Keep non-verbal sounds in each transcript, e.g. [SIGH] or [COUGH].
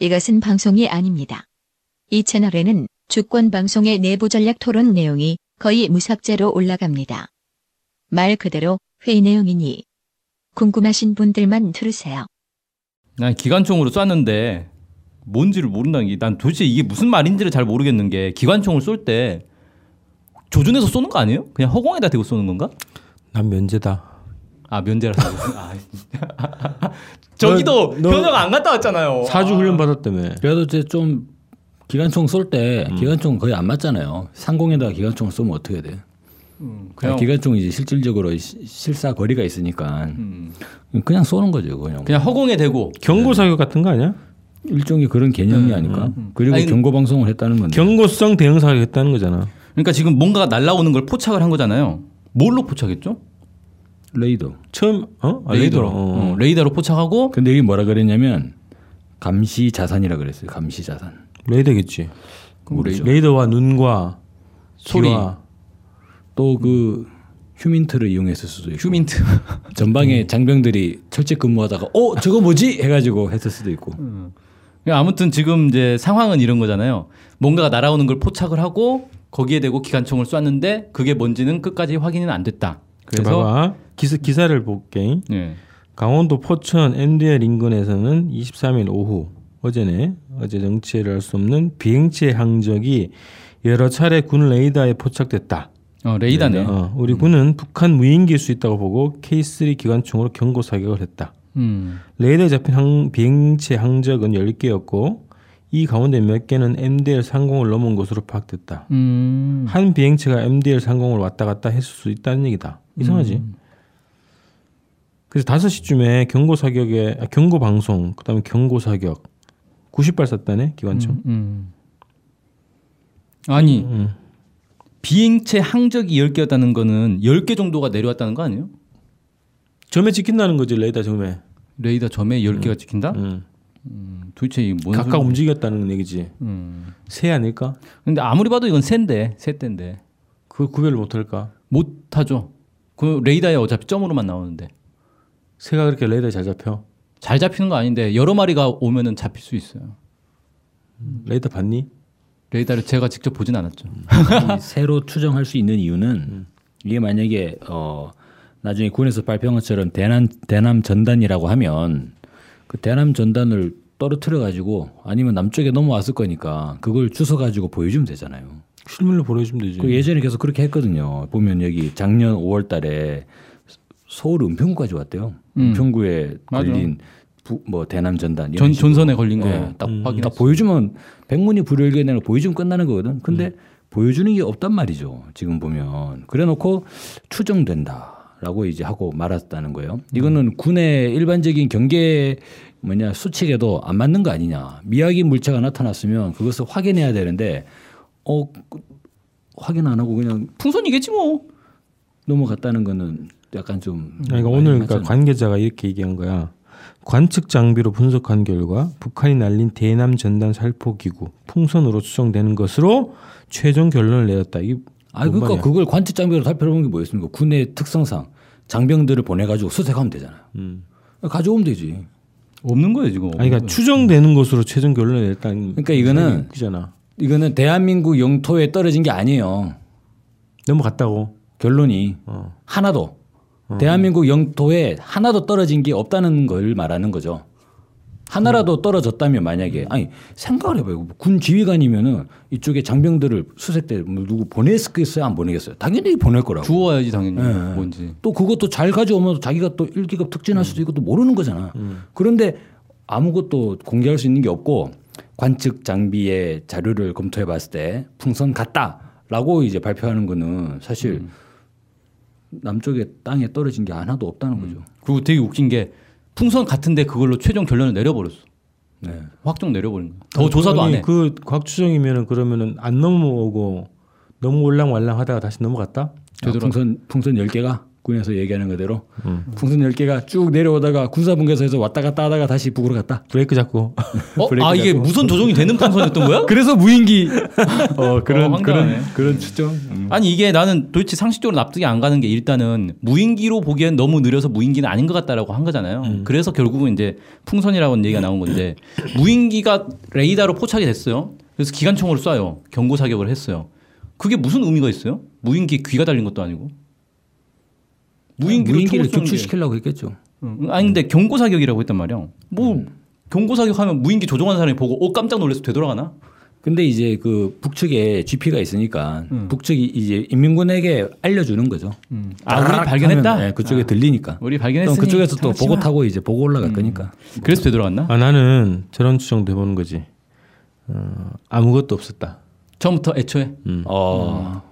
이것은 방송이 아닙니다. 이 채널에는 주권 방송의 내부 전략 토론 내용이 거의 무삭제로 올라갑니다. 말 그대로 회의 내용이니 궁금하신 분들만 들으세요. 난 기관총으로 쐈는데 뭔지를 모른다는 게 난 도대체 이게 무슨 말인지를 잘 모르겠는 게 기관총을 쏠 때 조준해서 쏘는 거 아니에요? 그냥 허공에다 대고 쏘는 건가? 난 면제다. 아 면제라서 아, 진짜. [LAUGHS] 저기도 너- 변혁 안 갔다 왔잖아요. 사주 훈련 받았다며. 그래도 이제 좀 기관총 쏠 때 기관총 거의 안 맞잖아요. 상공에다가 기관총을 쏘면 어떻게 돼? 음, 그냥 아니, 기관총이 이제 실질적으로 시- 실사 거리가 있으니까 음, 그냥 쏘는 거죠. 그냥, 그냥 허공에 대고 경고 사격 같은 거 아니야? 일종의 그런 개념이 아닐까? 그리고 음, 아니, 경고 방송을 했다는 건데. 경고성 대응 사격 했다는 거잖아. 그러니까 지금 뭔가가 날라오는 걸 포착을 한 거잖아요. 뭘로 포착했죠? 레이더. 처음 어? 아, 레이더로. 어. 어, 레이더로 포착하고 근데 여기 뭐라 그랬냐면 감시 자산이라 그랬어요. 감시 자산. 레이더겠지. 그렇죠. 그럼 레이더. 레이더와 눈과 소리. 귀와 또 그 휴민트를 이용했을 수도 있고. 휴민트. 음. 전방에 장병들이 철제 근무하다가 어 저거 뭐지 해가지고 했을 수도 있고. 그러니까 아무튼 지금 이제 상황은 이런 거잖아요. 뭔가가 날아오는 걸 포착을 하고 거기에 대고 기관총을 쐈는데 그게 뭔지는 끝까지 확인은 안 됐다. 그래서 네, 봐봐. 기사 기사를 볼게. 예. 강원도 포천 MDL 인근에서는 23일 오후 어제네 어제 정체를 알 수 없는 비행체 항적이 여러 차례 군 레이더에 포착됐다. 어, 레이다네. 음. 어, 우리 군은 북한 무인기일 수 있다고 보고 K3 기관총으로 경고 사격을 했다. 음. 레이더에 잡힌 항- 비행체 항적은 10개였고 이 가운데 몇 개는 MDL 상공을 넘은 것으로 파악됐다. 음. 한 비행체가 MDL 상공을 왔다 갔다 했을 수 있다는 얘기다. 이상하지? 음. 그래서 5시쯤에 경고 사격에 아, 경고 방송, 그다음에 경고 사격 90발 쐈다네 기관총. 음. 아니. 음. 비행체 항적이 10개였다는 거는 10개 정도가 내려왔다는 거 아니에요? 점에 찍힌다는 거지 레이더 점에. 레이더 점에 10개가 찍힌다? 음. 음, 도대체 이게 뭔 각각 소리- 움직였다는 얘기지. 음. 새 아닐까? 근데 아무리 봐도 이건 센데. 세땐데. 그 구별을 못할까? 못 하죠. 그 레이더에 어차피 점으로만 나오는데. 새가 그렇게 레이더에 잘 잡혀? 잘 잡히는 거 아닌데 여러 마리가 오면은 잡힐 수 있어요. 음. 레이더 봤니? 레이더를 제가 직접 보진 않았죠. 음, 이 새로 추정할 수 있는 이유는 이게 만약에 어 나중에 군에서 발표한 것처럼 대남 대남 전단이라고 하면 그 대남 전단을 떨어뜨려 가지고 아니면 남쪽에 넘어왔을 거니까 그걸 주워 가지고 보여주면 되잖아요. 실물로 보내주면 되지. 그 예전에 계속 그렇게 했거든요. 보면 여기 작년 5월달에 서울 은평구까지 왔대요. 은평구에 맞아. 걸린 부- 뭐 대남 전단 이런 전 식으로. 전선에 걸린 거 네, 딱 음. 확인. 딱 보여주면 백문이 불여일견이라 보여주면 끝나는 거거든. 근데 음. 보여주는 게 없단 말이죠. 지금 보면 그래놓고 추정된다라고 이제 하고 말았다는 거예요. 음. 이거는 군의 일반적인 경계 뭐냐 수칙에도 안 맞는 거 아니냐. 미확인 물체가 나타났으면 그것을 확인해야 되는데 어 그- 확인 안 하고 그냥 풍선이겠지 뭐. 넘어갔다는 거는 약간 좀 아니, 그러니까 음, 많이 오늘 그러니까 맞잖아요. 관계자가 이렇게 얘기한 거야. 관측 장비로 분석한 결과 북한이 날린 대남 전단 살포 기구 풍선으로 추정되는 것으로 최종 결론을 내렸다. 이게 아 그러니까 뭔 말이야? 그걸 관측 장비로 살펴보는 게 뭐였습니까? 군의 특성상 장병들을 보내가지고 수색하면 되잖아요. 음. 가져오면 되지. 없는 거예요 지금. 아니 그러니까 추정되는 것으로 최종 결론을 내렸다는 그러니까 이거는- 그잖아. 이거는 대한민국 영토에 떨어진 게 아니에요. 넘어갔다고. 결론이 어. 하나도 대한민국 영토에 하나도 떨어진 게 없다는 걸 말하는 거죠. 음. 하나라도 떨어졌다면 만약에 아니 생각을 해봐요. 군 지휘관이면은 이쪽에 장병들을 수색 때 누구 보냈겠어요? 안 보내겠어요? 당연히 보낼 거라고. 주워야지 당연히 네. 뭔지. 또 그것도 잘 가져오면 자기가 또 1기급 특진할 수도 있고 또 모르는 거잖아. 그런데 아무것도 공개할 수 있는 게 없고 관측 장비의 자료를 검토해 봤을 때 풍선 같다라고 이제 발표하는 거는 사실 남쪽에 땅에 떨어진 게 하나도 없다는 거죠. 그리고 되게 웃긴 게 풍선 같은데 그걸로 최종 결론을 내려버렸어. 네. 확정 내려버린 거야. 더 조사도 안 아니, 해. 그 과학추정이면은 그러면은 안 넘어오고 너무 올랑말랑하다가 다시 넘어갔다. 아, 풍선 풍선 10개가 군에서 얘기하는 그대로 풍선 10개가 쭉 내려오다가 군사분계선에서 왔다 갔다 하다가 다시 북으로 갔다. 브레이크 잡고 [LAUGHS] 어? 아 이게 무선 조종이 되는 풍선이었던 거야? 그래서 무인기 어, 음. 그런 황당하네. 그런 그런 추정. 아니 이게 나는 도대체 상식적으로 납득이 안 가는 게 일단은 무인기로 보기엔 너무 느려서 무인기는 아닌 것 같다라고 한 거잖아요. 음. 그래서 결국은 이제 풍선이라는 얘기가 나온 건데 무인기가 레이더로 포착이 됐어요. 그래서 기관총으로 쏴요. 경고 사격을 했어요. 그게 무슨 의미가 있어요? 무인기 귀가 달린 것도 아니고 무인기로 총을 무인기를 음. 쏘는 게- 격추시키려고 했겠죠. 응. 아니 근데 경고 사격이라고 했단 말이야. 뭐 음. 경고 사격하면 무인기 조종하는 사람이 보고 어 깜짝 놀라서 되돌아가나? 근데 이제 그 북측에 GP가 있으니까 음. 북측이 이제 인민군에게 알려주는 거죠. 아 우리 발견했다. 아, 하면, 예, 음. 그쪽에 들리니까. 우리 그럼 발견했으니 음. 그쪽에서 또 잡았지만. 보고 타고 이제 보고 올라갈 거니까. 그래서 되돌아갔나? 아 나는 저런 추정도 해보는 거지 어, 아무것도 없었다 처음부터 음. 애초에 어.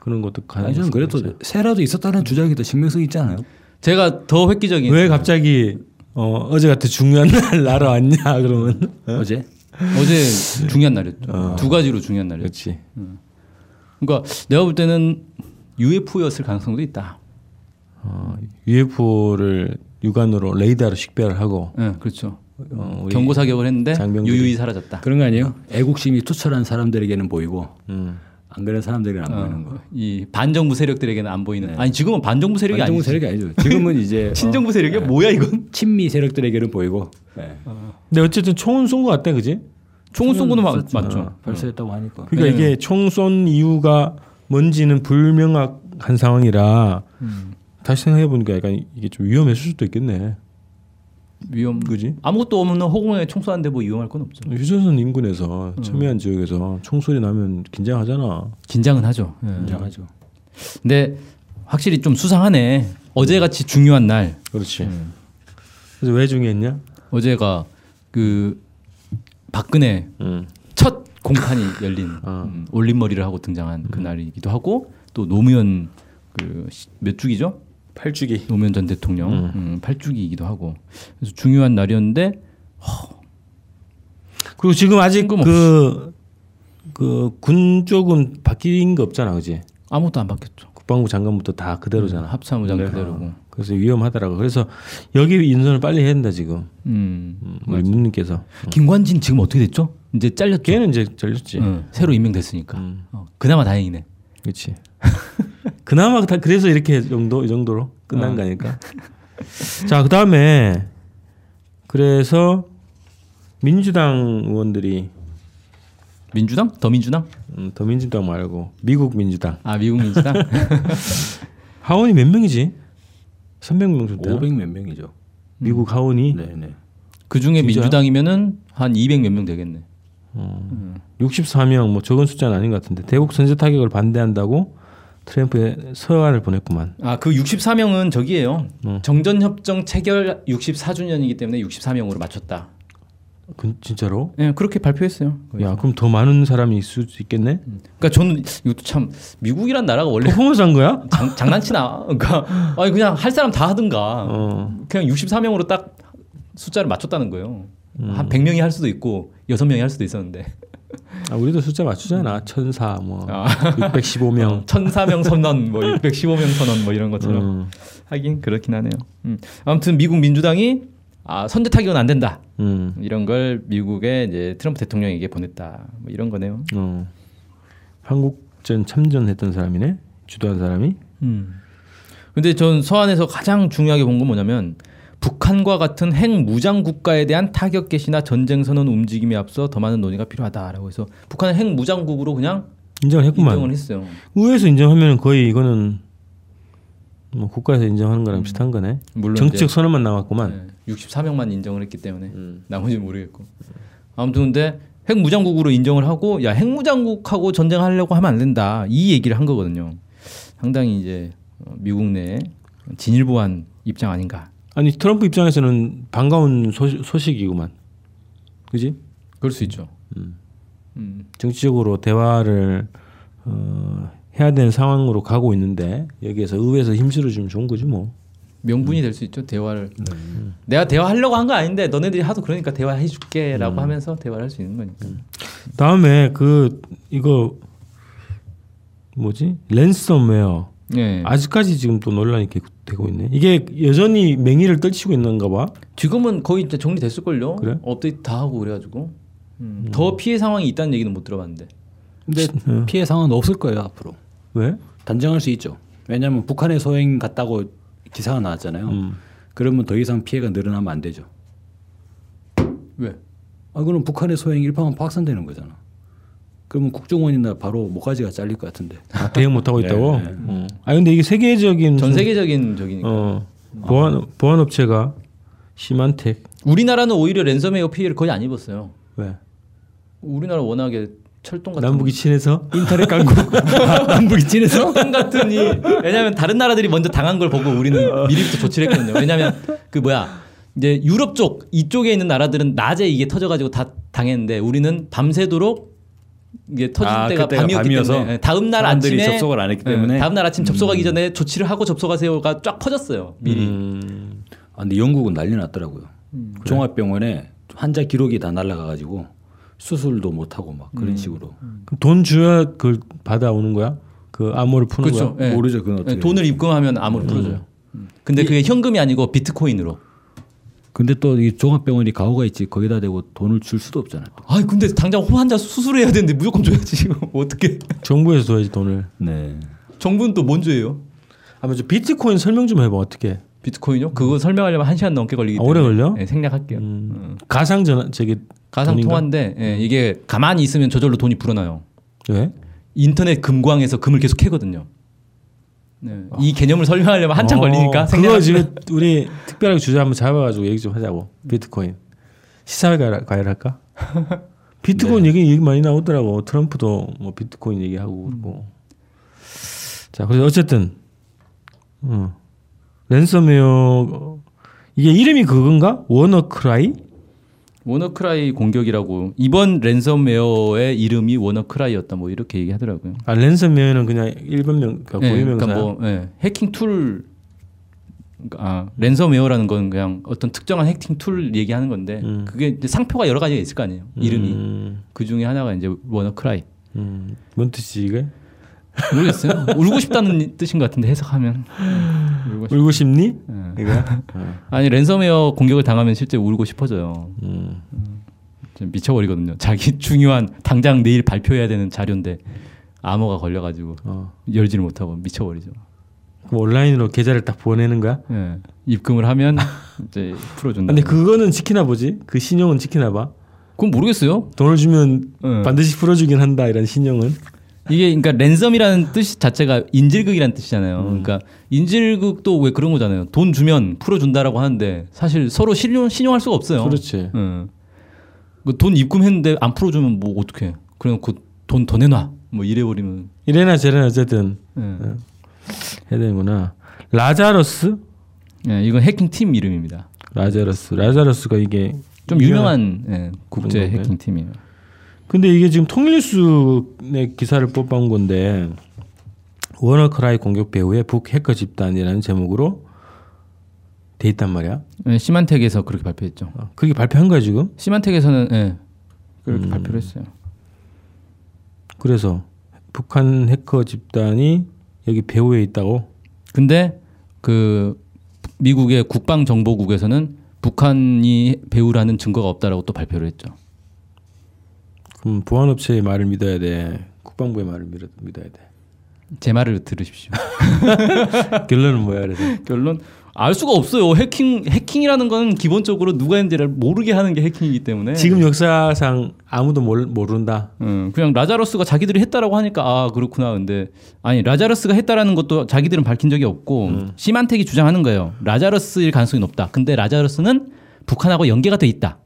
그런 것도 가능 아니 저는 그래도 새라도 있었다는 주장이 더 신빙성 있지 않아요? 제가 더 획기적인 왜 갑자기 어, 어제 같은 중요한 [LAUGHS] 날 나러 왔냐 그러면 예? 어제 어제 중요한 [LAUGHS] 날이었죠. 두 가지로 중요한 날이었죠. 아. 그렇지 그러니까 내가 볼 때는 UFO였을 가능성도 있다. 어, UFO를 육안으로 레이더로 식별을 하고 예, 그렇죠. 어, 우리 경고 사격을 했는데 장병들이- 유유히 사라졌다. 그런 거 아니에요? 애국심이 투철한 사람들에게는 보이고 음, 안 그런 사람들에게는 안 보이는 거. 어, 이 반정부 세력들에게는 안 네. 보이는. 아니 지금은 반정부 세력이 반정부 아니지. 세력이 아니죠. 지금은 [LAUGHS] 이제 아. 친정부 세력이야? 네. 뭐야 이건? 어, 친미 세력들에게는 보이고 네. 근데 어쨌든 총은 쏜 것 같다 그지 총을 쏜 거는 맞, 맞죠. 아. 어, 발사했다고 음. 하니까. 그러니까 이게 총 쏜 이유가 뭔지는 불명확한 상황이라 다시 생각해 보니까 약간 이게 좀 위험했을 수도 있겠네 위험. 그지 아무것도 없는 허공에 총 쏘는데 뭐 위험할 건 없죠. 휴전선 인근에서 첨예한 지역에서 총소리 나면 긴장하잖아 긴장은 하죠. 예. 음. 인정하죠. 근데 확실히 좀 수상하네. 어제같이 중요한 날 그렇지 그래서 왜 중요했냐 어제가 그 박근혜 음. 어. 첫 [LAUGHS] 공판이 열린 음, 올림머리를 하고 등장한 음. 그날이기도 하고 또 노무현 그 몇 주기죠? 팔주기 노무현 전 대통령 음. 팔 8주기이기도 하고 그래서 중요한 날이었는데 그리고 지금 아직 뜬금없이. 그 그 군 쪽은 바뀐 거 없잖아, 그지? 아무것도 안 바뀌었죠. 음, 국방부 장관부터 다 그대로잖아. 합참의장 네. 그대로고. 그래서 위험하더라고. 그래서 여기 인선을 빨리 해야 된다 지금 음. 음, 우리 문님께서. 김관진 지금 어떻게 됐죠? 이제 잘렸죠. 걔는 이제 잘렸지. 응, 새로 임명됐으니까. 음. 어, 그나마 다행이네. 그렇지. [LAUGHS] 그나마 다 그래서 이렇게 정도 이 정도로 끝난 거 아닐까? 자, 그다음에 그래서 민주당 의원들이 민주당? 더 민주당? 음, 더 민주당 말고 미국 민주당 아 미국 [LAUGHS] 민주당? 하원이 몇 명이지? 300명 정도. 되나? 500 몇 명이죠. 미국 하원이 음. 네네. 그 중에 진짜요? 민주당이면은 한 200 몇 명 되겠네. 64명 뭐 적은 숫자는 아닌 것 같은데 대북 선제 타격을 반대한다고 트럼프에 서한을 보냈구만. 아 그 64명은 저기예요. 정전 협정 체결 64주년이기 때문에 64명으로 맞췄다. 그 진짜로? 예, 그렇게 발표했어요. 야 그럼 더 많은 사람이 있을 수 있겠네. 그러니까 저는 이것도 참 미국이란 나라가 원래 [LAUGHS] 폭풍을 산 거야? 장, 장난치나. 그러니까 아니 그냥 할 사람 다 하든가. 어. 그냥 64명으로 딱 숫자를 맞췄다는 거예요. 한 100명이 할 수도 있고 6명이 할 수도 있었는데. [LAUGHS] 아, 우리도 숫자 맞추잖아. 어. 천사 뭐 아. 615명. 1004명 선언 뭐 615명 선언 뭐 이런 것처럼 음, 하긴 그렇긴 하네요. 음. 아무튼 미국 민주당이 아, 선제 타격은 안 된다. 음, 이런 걸 미국의 이제 트럼프 대통령에게 보냈다. 뭐 이런 거네요. 어. 한국전 참전했던 사람이네. 주도한 사람이. 음. 근데 전 서한에서 가장 중요하게 본 건 뭐냐면 북한과 같은 핵 무장 국가에 대한 타격 개시나 전쟁 선언 움직임에 앞서 더 많은 논의가 필요하다라고 해서 북한은 핵 무장국으로 그냥 인정을 했구만. 인정을 했어요. 의회에서 인정하면 거의 이거는 뭐 국가에서 인정하는 거랑 비슷한 거네. 물론 정치적 이제, 선언만 남았구만. 음. 네, 64명만 인정을 했기 때문에 나머지는 모르겠고 아무튼 근데 핵 무장국으로 인정을 하고 야 핵 무장국하고 전쟁하려고 하면 안 된다 이 얘기를 한 거거든요. 상당히 이제 어, 미국 내 진일보한 입장 아닌가. 아니 트럼프 입장에서는 반가운 소식, 소식이구만. 그지? 그럴 수 있죠. 정치적으로 대화를 어, 해야 되는 상황으로 가고 있는데 여기에서 의회에서 힘 실어주면 좋은 거지 뭐. 명분이 될 수 있죠 대화를 네. 음. 내가 대화하려고 한 거 아닌데 너네들이 하도 그러니까 음. 대화해줄게라고 하면서 대화를 할 수 있는 거니까 다음에 그 이거 뭐지? 랜섬웨어 예. 아직까지 지금 또 논란이 계- 되고 있네. 이게 여전히 맹의를 떨치고 있는가 봐. 지금은 거의 이제 정리됐을 걸요. 그래? 업데이트 다 하고 그래가지고 음, 더 피해 상황이 있다는 얘기는 못 들어봤는데. 근데 어. 피해 상황은 없을 거예요 앞으로. 왜? 단정할 수 있죠. 왜냐하면 북한의 소행 같다고 기사가 나왔잖아요. 음. 그러면 더 이상 피해가 늘어나면 안 되죠. 왜? 아, 그럼 북한의 소행 일파만 확산되는 거잖아. 그러면 국정원이나 바로 모가지가 잘릴 것 같은데. 아, 대응 못 [LAUGHS] 하고 있다고. 음. 아 근데 이게 세계적인 네, 전 음. 무슨- 세계적인 아. 적이니까. 어, 보안 보안 업체가 시만텍 우리나라는 오히려 랜섬웨어 피해를 거의 안 입었어요. 왜? 우리나라 워낙에 철동 같은 남북이 친해서 인터넷 [LAUGHS] 광고 남북이 친해서 철동 같으니 왜냐하면 다른 나라들이 먼저 당한 걸 보고 우리는 어. 미리부터 조치를 했거든요. 왜냐하면 그 뭐야 이제 유럽 쪽 이쪽에 있는 나라들은 낮에 이게 터져가지고 다 당했는데 우리는 밤새도록 이게 터질 아, 때가 그때가 밤이었기 밤이어서 때문에 예, 다음 날 사람들이 아침에 접속을 안 했기 예, 때문에. 다음 날 아침 접속하기 전에 조치를 하고 접속하세요가 쫙 퍼졌어요 미리. 음, 아, 근데 영국은 난리 났더라고요. 음, 종합병원에 환자 기록이 다 날라가가지고 수술도 못 하고 막 음, 그런 식으로 그럼 돈 줘야 그걸 받아오는 거야? 그 암호를 푸는 그렇죠. 거야? 예. 모르죠 그건 어떻게. 예, 돈을 입금하면 암호를 음. 풀어줘요. 근데 그게 현금이 아니고 비트코인으로. 근데 또 이 종합병원이 가호가 있지 거기다 대고 돈을 줄 수도 없잖아. 또. 아 근데 당장 환자 수술해야 되는데 무조건 줘야지 지금 [LAUGHS] 어떻게? 정부에서 줘야지 돈을. 네. 정부는 또 뭔 죄예요? 아마 저 비트코인 설명 좀 해봐 어떻게? 비트코인요? 그거 설명하려면 한 시간 넘게 걸리기 음. 아, 때문에 오래 걸려? 네, 생략할게요. 가상 전화 저기 음. 가상 돈인가? 음. 통화인데 예, 이게 가만히 있으면 저절로 돈이 불어나요. 왜? 인터넷 금광에서 금을 계속 캐거든요. 네, 이 개념을 설명하려면 뭐 한참 아. 어, 걸리니까 그거 생략할게요. 지금 우리 특별하게 주제 한번 잡아가지고 얘기 좀 하자고 비트코인 시사회 가- [LAUGHS] 과외를 할까? 비트코인 네. 얘기 얘기 많이 나오더라고 트럼프도 뭐 비트코인 얘기하고 음. 그러고 자 그래서 어쨌든 음. 랜섬웨어 이게 이름이 그건가? 워너크라이? 워너크라이 공격이라고 이번 랜섬웨어의 이름이 워너크라이였다 뭐 이렇게 얘기하더라고요. 아 랜섬웨어는 그냥 일본명 그러니까 예, 고유명사 그러니까 뭐 예, 해킹 툴 아, 랜섬웨어라는 건 그냥 어떤 특정한 해킹 툴 얘기하는 건데 음. 그게 이제 상표가 여러 가지가 있을 거 아니에요. 이름이 음, 그 중에 하나가 이제 워너크라이. 음. 뭔 뜻이지 이게? [LAUGHS] 모르겠어요. 울고 싶다는 뜻인 것 같은데 해석하면. 울고 싶... 울고 싶니? 예. 이거야? [LAUGHS] 아니 랜섬웨어 공격을 당하면 실제 울고 싶어져요. 음. 좀 미쳐버리거든요. 자기 [LAUGHS] 중요한 당장 내일 발표해야 되는 자료인데 암호가 걸려가지고 어. 열지를 못하고 미쳐버리죠. 그럼 온라인으로 계좌를 딱 보내는 거야? 예. 입금을 [LAUGHS] 하면 이제 풀어준다. 근데 그거는 지키나 보지. 그 신용은 지키나 봐. 그건 모르겠어요. 돈을 주면 예. 반드시 풀어주긴 한다 이런 신용은. 이게 그러니까 랜섬이라는 뜻 자체가 인질극이라는 뜻이잖아요. 그러니까 인질극도 왜 그런 거잖아요. 돈 주면 풀어준다라고 하는데 사실 서로 신용 신용할 수가 없어요. 그렇지. 예. 그돈 입금했는데 안 풀어주면 뭐 어떻게? 그래놓고 돈 더 내놔. 뭐 이래버리면. 이래나 저래나 어쨌든 예. 해야 되는구나. 라자러스, 예, 이건 해킹 팀 이름입니다. 라자러스, 라자러스가 이게 좀 유명한 예, 국제 그런 건가요? 해킹 팀이에요. 근데 이게 지금 통일뉴스의 기사를 뽑아온 건데 워너크라이 공격 배후에 북 해커 집단이라는 제목으로 돼 있단 말이야. 예, 시만텍에서 그렇게 발표했죠. 어, 그게 발표한 거야 지금. 시만텍에서는 예, 그렇게 발표를 했어요. 그래서 북한 해커 집단이 여기 배후에 있다고. 근데 그 미국의 국방정보국에서는 북한이 배우라는 증거가 없다라고 또 발표를 했죠. 그럼 보안업체의 말을 믿어야 돼. 국방부의 말을 믿어, 믿어야 돼. [LAUGHS] 제 말을 들으십시오. 결론은 뭐야 그래서 [LAUGHS] 결론 알 수가 없어요. 해킹 해킹이라는 건 기본적으로 누가 했는지를 모르게 하는 게 해킹이기 때문에 지금 역사상 아무도 몰, 모른다. 음, 그냥 라자로스가 자기들이 했다라고 하니까 아 그렇구나. 근데 아니 라자로스가 했다라는 것도 자기들은 밝힌 적이 없고 시만텍이 주장하는 거예요. 라자로스일 가능성이 높다. 근데 라자로스는 북한하고 연계가 돼 있다.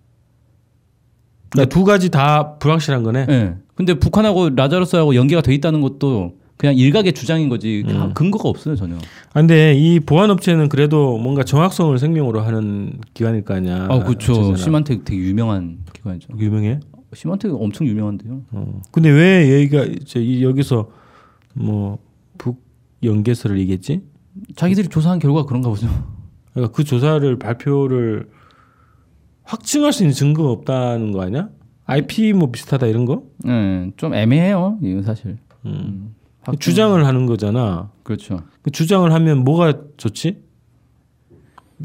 그러니까 두 가지 다 불확실한 거네. 예. 근데 북한하고 라자로스하고 연계가 돼 있다는 것도 그냥 일각의 주장인 거지 아, 근거가 없어요 전혀. 아, 근데 이 보안업체는 그래도 뭔가 정확성을 생명으로 하는 기관일 거 아니야. 아 그렇죠. 업체잖아. 시만텍 되게 유명한 기관이죠. 유명해. 시만텍 엄청 유명한데요. 어. 근데 왜 얘기가 이제 이- 여기서 뭐 북 연계설을 얘기했지? 자기들이 조사한 결과 그런가 보죠. 그러니까 그 조사를 발표를 확증할 수 있는 증거가 없다는 거 아니야? IP 뭐 비슷하다 이런 거? 예, 좀 애매해요. 이건 사실. 음. 음, 바뀌는- 주장을 하는 거잖아. 그렇죠. 그 주장을 하면 뭐가 좋지?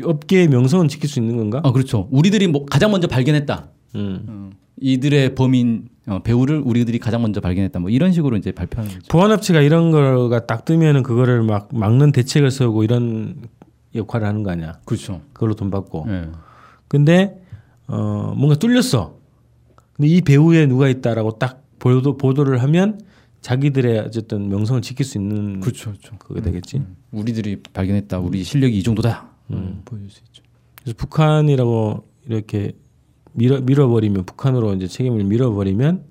업계의 명성은 지킬 수 있는 건가? 아 그렇죠. 우리들이 뭐 가장 먼저 발견했다. 음. 이들의 범인 어, 배우를 우리들이 가장 먼저 발견했다. 뭐 이런 식으로 이제 발표하는 거죠. 보안업체가 이런 거가 딱 뜨면은 그거를 막 막는 대책을 세우고 이런 역할을 하는 거 아니야? 그렇죠. 그걸로 돈 받고. 예. 근데 어 뭔가 뚫렸어. 근데 이 배우에 누가 있다라고 딱 보도 보도를 하면 자기들의 어쨌든 명성을 지킬 수 있는 그렇죠. 그렇죠. 그게 되겠지. 우리들이 발견했다. 우리 실력이 이 정도다. 음, 보여줄 수 있죠. 그래서 북한이라고 이렇게 밀어 밀어버리면 북한으로 이제 책임을 밀어버리면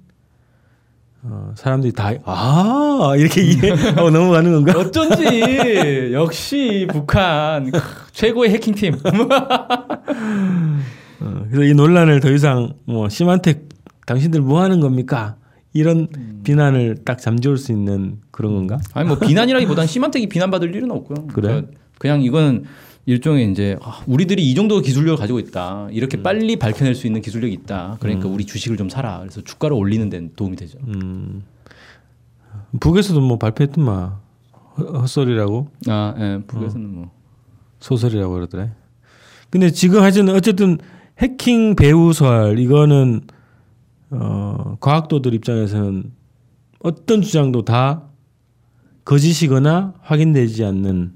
어, 사람들이 다 아 [LAUGHS] 이렇게 이해하고 넘어가는 건가? 어쩐지 역시 북한 크, 최고의 해킹팀. [LAUGHS] 어, 그래서 이 논란을 더 이상 뭐 심한테 당신들 뭐 하는 겁니까? 이런 비난을 딱 잠재울 수 있는 그런 건가? 아니 뭐 비난이라기보단 심한택이 비난받을 일은 없고요. 그러니까 그래? 그냥 이건 일종의 이제 아, 우리들이 이 정도 기술력을 가지고 있다. 음. 이렇게 빨리 밝혀낼 수 있는 기술력이 있다. 그러니까 우리 주식을 좀 사라. 그래서 주가를 올리는 데는 도움이 되죠. 음. 북에서도 뭐 발표했더만 헛- 헛소리라고 아, 예, 북에서는 음. 뭐 소설이라고 그러더래. 근데 지금 하여튼 어쨌든 해킹 배우설 이거는 어, 과학도들 입장에서는 어떤 주장도 다 거짓이거나 확인되지 않는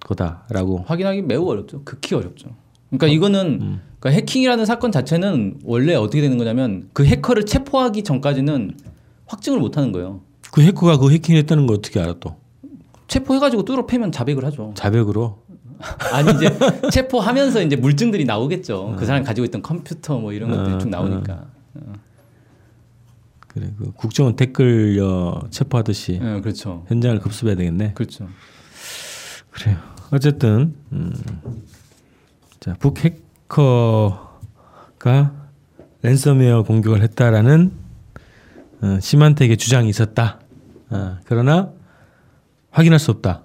거다라고. 뭐 확인하기 매우 어렵죠. 극히 어렵죠. 그러니까 이거는 음. 그러니까 해킹이라는 사건 자체는 원래 어떻게 되는 거냐면 그 해커를 체포하기 전까지는 확증을 못 하는 거예요. 그 해커가 그 해킹했다는 걸 어떻게 알아 또? 체포해가지고 뚫어 패면 자백을 하죠. 자백으로. 아니 [LAUGHS] 이제 체포하면서 이제 물증들이 음. 나오겠죠. 그 사람 가지고 있던 컴퓨터 뭐 이런 것들이 어, 쭉 나오니까. 그래 그 국정원 댓글려 어, 체포하듯이 예, 그렇죠. 현장을 급습해야 되겠네. 그렇죠. 그래요. 어쨌든 음. 자 북해커가 랜섬웨어 공격을 했다라는 어, 심한택의 주장이 있었다. 아, 그러나 확인할 수 없다.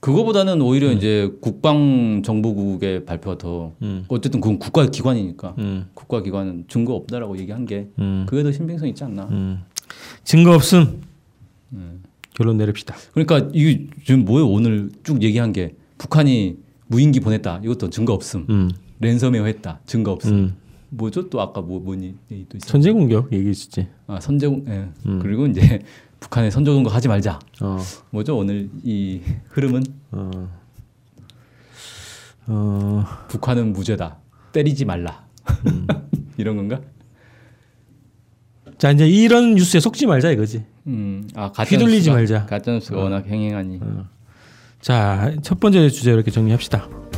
그거보다는 오히려 이제 국방정보국의 발표가 더 음. 어쨌든 그건 국가기관이니까 음. 국가기관은 증거 없다라고 얘기한 게 음. 그게 더 신빙성 있지 않나. 음. 증거 없음. 결론 내립시다. 그러니까 이 지금 뭐예요 오늘 쭉 얘기한 게 북한이 무인기 보냈다 이것도 증거 없음 음. 랜섬웨어 했다 증거 없음 음. 뭐죠 또 아까 뭐 뭐니 얘기 또 있어 선제 공격 얘기했지. 아 선제공 예 음. 그리고 이제 [LAUGHS] 북한에 선제공격 하지 말자 어. 뭐죠 오늘 이 흐름은 어. 어. 북한은 무죄다 때리지 말라 음. [LAUGHS] 이런 건가 자 이제 이런 뉴스에 속지 말자 이거지. 음아 휘둘리지 말자. 음. 가짜뉴스가 워낙 행행하니 자 첫 번째 주제 이렇게 정리합시다.